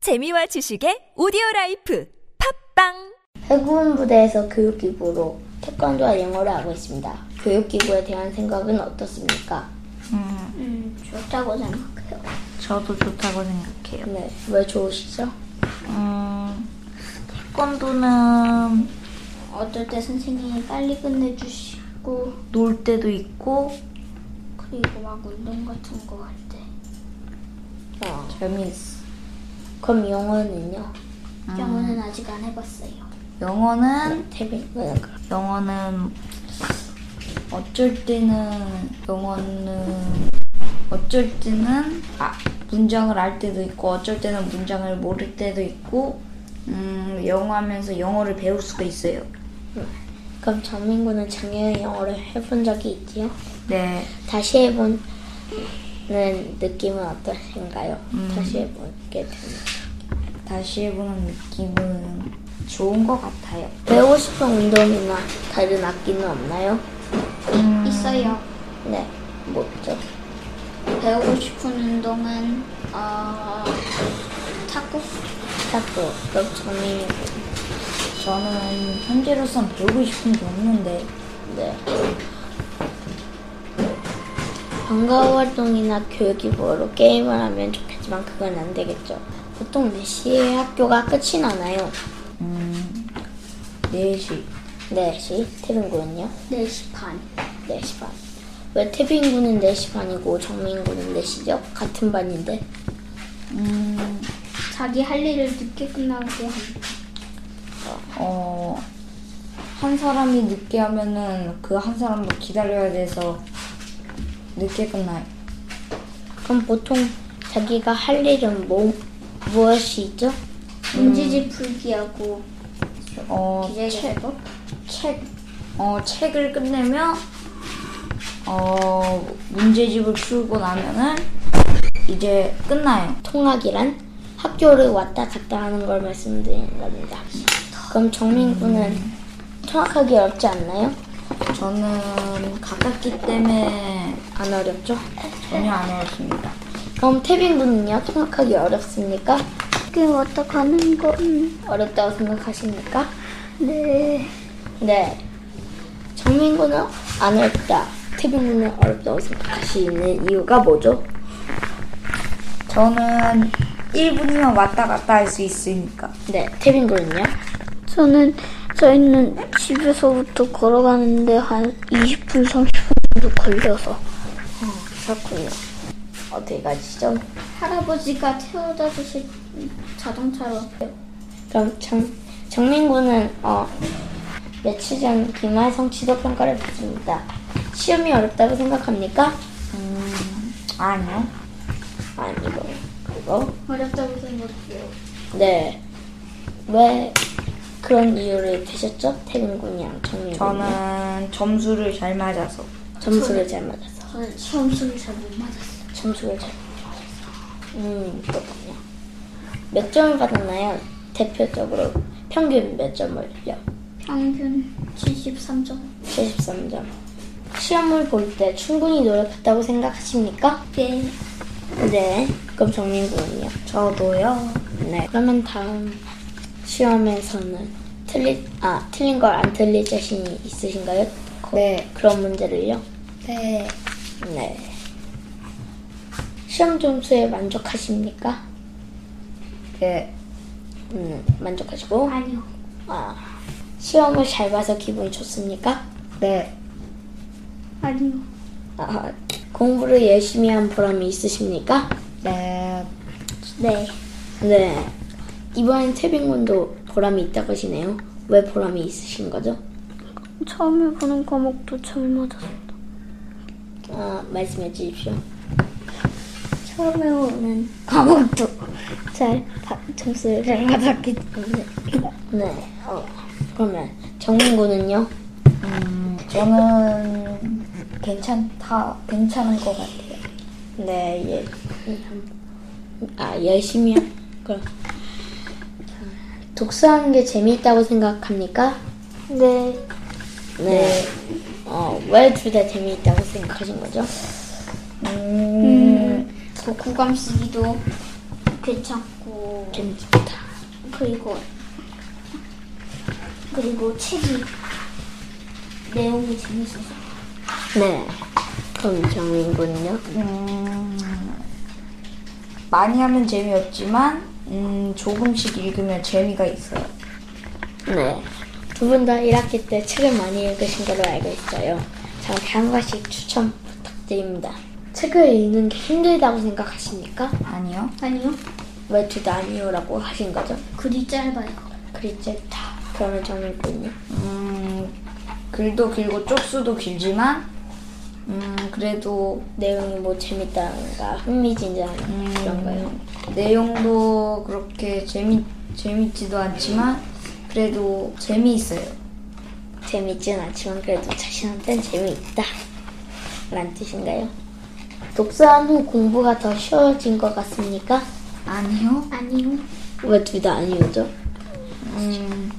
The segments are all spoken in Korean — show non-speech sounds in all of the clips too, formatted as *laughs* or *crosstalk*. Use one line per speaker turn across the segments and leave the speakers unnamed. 재미와 지식의 오디오 라이프 팝빵
해군 부대에서 교육기구로 태권도와 영어를 하고 있습니다. 교육기구에 대한 생각은 어떻습니까?
음, 좋다고 생각해요.
저도 좋다고 생각해요.
네, 왜 좋으시죠?
음, 태권도는
어떨 때 선생님이 빨리 끝내주시고,
놀 때도 있고,
그리고 막 운동 같은 거 할 때.
어, 재미있어. 그럼 영어는요?
음.
영어는 아직 안 해봤어요.
영어는,
태빈, 네, 그럼.
영어는, 어쩔 때는, 영어는, 어쩔 때는, 아, 문장을 알 때도 있고, 어쩔 때는 문장을 모를 때도 있고, 음, 영어 하면서 영어를 배울 수도 있어요.
그럼 전민구는 작년에 영어를 해본 적이 있지요?
네.
다시 해보는 느낌은 어떠신가요? 다시 해보게 되면.
다시 해보는 느낌은 좋은 것 같아요.
배우고 싶은 운동이나 다른 악기는 없나요?
있어요.
네, 뭐죠?
배우고 싶은 운동은, 어, 탁구?
탁구. 뭐, 그럼 전민구.
저는 현재로선 배우고 싶은 게 없는데
네. 방과 후 활동이나 교육기부로 게임을 하면 좋겠지만 그건 안 되겠죠. 보통 몇 시에 학교가 끝이 나나요?
4시
4시, 태빈군은요?
4시 반.
4시 반. 왜 태빈군은 4시 반이고 정민군은 4시죠? 같은 반인데.
자기 할 일을 늦게 끝나게 합니다.
어, 한 사람이 늦게 하면은 그 한 사람도 기다려야 돼서 늦게 끝나요.
그럼 보통 자기가 할 일은 뭐, 무엇이죠?
문제집 풀기하고,
음. 어,
기재 제법?
책, 어, 책을 끝내면 어, 문제집을 풀고 나면은 이제 끝나요.
통학이란 학교를 왔다 갔다 하는 걸 말씀드리는 겁니다. 그럼 정민군은 통학하기 어렵지 않나요?
저는 가깝기 때문에
안 어렵죠?
전혀 안 어렵습니다.
그럼 태빈군은요? 통역하기 어렵습니까?
그게 어떡하는 건,
어렵다고 생각하십니까?
네.
네. 정민군은 안 어렵다. 태빈군은 어렵다고 생각하시는 이유가 뭐죠?
저는 1분이면 왔다 갔다 할 수 있으니까.
네. 태빈군은요?
저는 저희는 집에서부터 걸어가는데 한 20분 30분 정도 걸려서
그렇군요. 어떻게 가시죠?
할아버지가 태워다 주실 자동차로
그럼 정, 정민군은 어, 며칠 전 기말 성취도 평가를 받습니다. 시험이 어렵다고 생각합니까?
아니요.
아니고 그거
어렵다고 생각해요.
네. 왜 그런 이유를 드셨죠? 태빈군이랑 정민군이
저는 점수를 잘 맞아서.
점수를 잘 맞아서
저는 시험수를 잘 못 맞았어요.
점수를 잘 맞아서 음 그렇군요 몇 점을 받았나요? 대표적으로 평균 몇 점을요?
평균 73점.
73점 시험을 볼 때 충분히 노력했다고 생각하십니까?
예.
네 그럼 정민군은요?
저도요.
네 그러면 다음 시험에서는 틀린 아 틀린 걸 안 틀릴 자신이 있으신가요?
네.
그런 문제를요?
네.
네. 시험 점수에 만족하십니까?
네.
음, 만족하시고.
아니요.
아, 시험을 잘 봐서 기분이 좋습니까?
네.
아니요.
아, 공부를 열심히 한 보람이 있으십니까?
네.
네. 네. 이번엔 태빈군도 보람이 있다고 하시네요. 왜 보람이 있으신 거죠?
처음에 보는 과목도 잘 맞았어요.
아, 말씀해 주십시오.
처음에 오는 과목도 *laughs* 잘 점수를 잘 맞았기
네. 어, 그러면 정민군은요?
저는 괜찮다. 괜찮은 것 같아요.
네, 예. 아, 열심히 한 걸. 독서하는 게 재미있다고 생각합니까?
때문에
네. 어, 왜 둘 다 재미있다고 생각하신 거죠?
음,
그 구감 쓰기도 괜찮고 있고
괜찮다.
그리고 그리고 책이 내용이 재밌어서
네. 그럼 정인군요.
음, 많이 하면 재미없지만 음, 조금씩 읽으면 재미가 있어요.
네. 두 분 다 1학기 때 책을 많이 읽으신 걸로 알고 있어요. 저한테 한 가지 추천 부탁드립니다. 책을 읽는 게 힘들다고 생각하십니까?
아니요.
아니요
왜 둘 다 아니오라고 하신 거죠?
글이 짧아요
글쎄 다. 그러면 정인군요.
음, 글도 길고 쪽수도 길지만 음, 그래도
내용이 뭐 재밌다던가 흥미진진한 그런
음.
거요.
내용도 그렇게 재미 재밌지도 않지만 그래도 재미있어요.
재밌진 않지만 그래도 자신한테는 재미있다. 라는 뜻인가요? 독서한 후 공부가 더 쉬워진 것 같습니까?
아니요.
아니요
왜 둘 다 아니오죠?
음,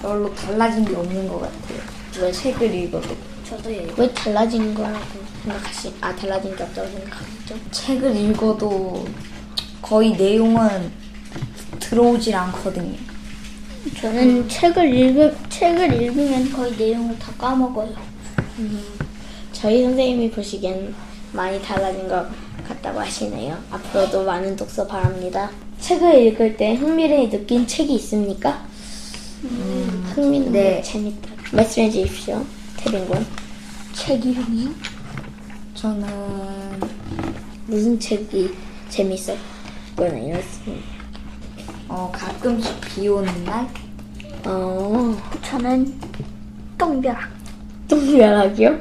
별로 달라진 게 없는 것 같아요. 왜 책을 읽어도
저도요
왜 달라진 거라고 생각하시? 아 달라진 게 없다고 생각하시죠?
책을 읽어도 거의 내용은 들어오질 않거든요.
저는 책을 읽을 책을 읽으면 거의 내용을 다 까먹어요
저희 선생님이 보시기엔 많이 달라진 것 같다고 하시네요. 앞으로도 많은 독서 바랍니다. 책을 읽을 때 흥미를 느낀 책이 있습니까? 흥미는
네.
뭐 재밌다. 말씀해 주십시오, 태빈군.
책 이름이요?
저는
무슨 책이 재밌었거나요?
어, 가끔씩 비 오는 날
어,
저는 똥벼락
*laughs* 똥벼락이요?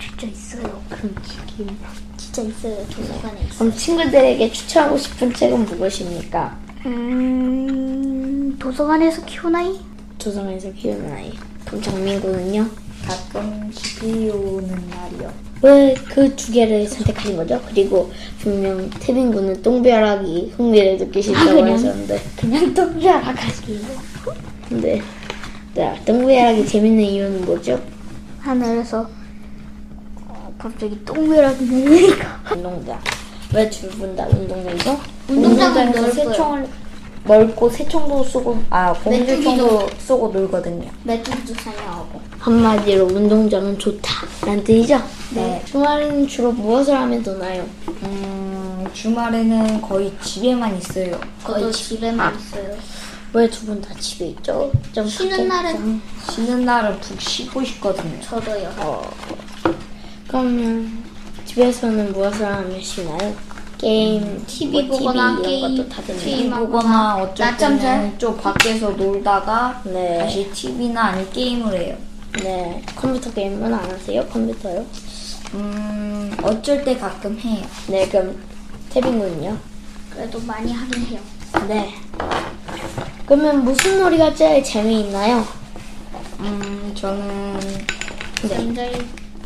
진짜 있어요 그럼 지금 진짜 있어요 도서관에 있어요
그럼 친구들에게 추천하고 싶은 책은 무엇입니까?
음 도서관에서 키우나이?
조성에서 키우는 아이. 그럼 정민군은요?
가끔씩 비 오는 날이요.
왜 그 두 개를 선택하신 거죠? 그리고 분명 태빈 군은 똥벼락이 흥미를
아,
느끼신다고 하셨는데,
그냥 똥벼락 하시고
근데 네, 똥벼락이 재밌는 이유는 뭐죠?
하늘에서 어, 갑자기 똥벼락이 내리니까
운동장. 왜 두 분 다 운동장이죠?
*laughs* 운동장은 넓어요.
세청을 넓고 세청도 쓰고
아, 공주총도 쓰고 놀거든요.
메뚜기도 사냥하고
한마디로 운동장은 좋다라는 뜻이죠?
네.
주말에는 주로 무엇을 하면 되나요?
음, 주말에는 거의 집에만 있어요.
저도 집에만 있어요
왜 두 분 다 집에 있죠? 좀
쉬는 날은
쉬는 날은 푹 쉬고 싶거든요.
저도요
그러면 집에서는 무엇을 하면 쉬나요? 게임,
TV
뭐 TV
보거나
이런
게임,
것도 다 되나요?
게임.
TV 보거나 어쩔
낮잠
때는 좀 밖에서 놀다가
네.
다시 TV나 아니 게임을 해요.
네, 컴퓨터 게임은 안 하세요? 컴퓨터요?
음, 어쩔 때 가끔 해요.
네, 그럼 태빈군요.
그래도 많이 하긴 해요
네. 그러면 무슨 놀이가 제일 재미있나요?
음, 저는
굉장히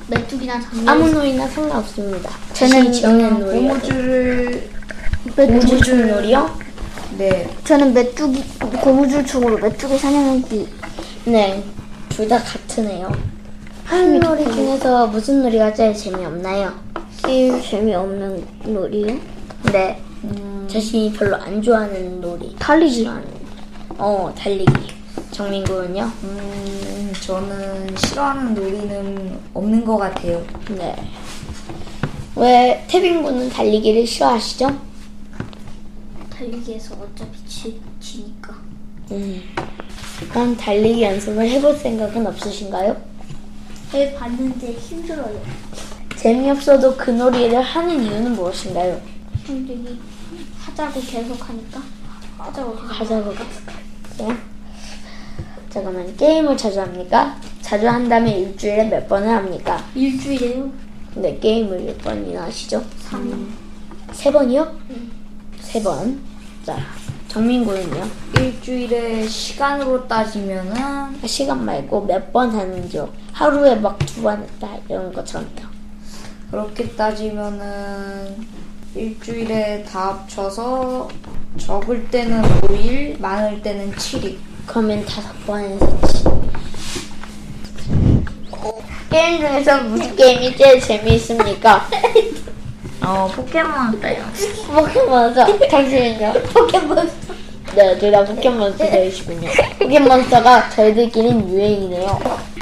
메뚜기나 장난
아무 놀이나 상관없습니다.
저는 음,
지어낸 놀이요.
고무줄을
고무줄 놀이요?
네,
저는 메뚜기 고무줄 축으로 메뚜기 사냥하기
네, 둘 다 같으네요. 하는 놀이 중에서 무슨 놀이가 제일 재미없나요? 제일 재미없는 놀이요? 네. 자신이 별로 안 좋아하는 놀이. 달리기. 어, 달리기. 정민군은요?
음, 저는 싫어하는 놀이는 없는 것 같아요.
네. 왜 태빈군은 달리기를 싫어하시죠?
달리기에서 어차피 지, 지니까
음. 그럼 달리기 연습을 해볼 생각은 없으신가요?
해봤는데 힘들어요
재미없어도 그 놀이를 하는 이유는 무엇인가요?
힘들기 하자고 계속 하니까 하자고 계속
가자고 가자. 잠깐만 게임을 자주 합니까? 자주 한다면 일주일에 몇 번을 합니까?
일주일에요
근데 게임을 몇 번이나 하시죠?
3일
세 번이요? 세 번. 자, 정민군은요?
일주일에 시간으로 따지면은
아, 시간 말고 몇 번 하는지요? 하루에 막 두 번 했다 이런 것처럼요.
그렇게 따지면은 일주일에 다 합쳐서 적을 때는 5일, 많을 때는 7일.
그러면 다섯 번에서 치. *laughs* 게임 중에서 무슨 게임이 제일 재미있습니까?
어, 포켓몬 때요.
포켓몬스터 당신은요? 네, 포켓몬스터 네둘 다 포켓몬스터이시군요 포켓몬스터가 저희들끼리 유행이네요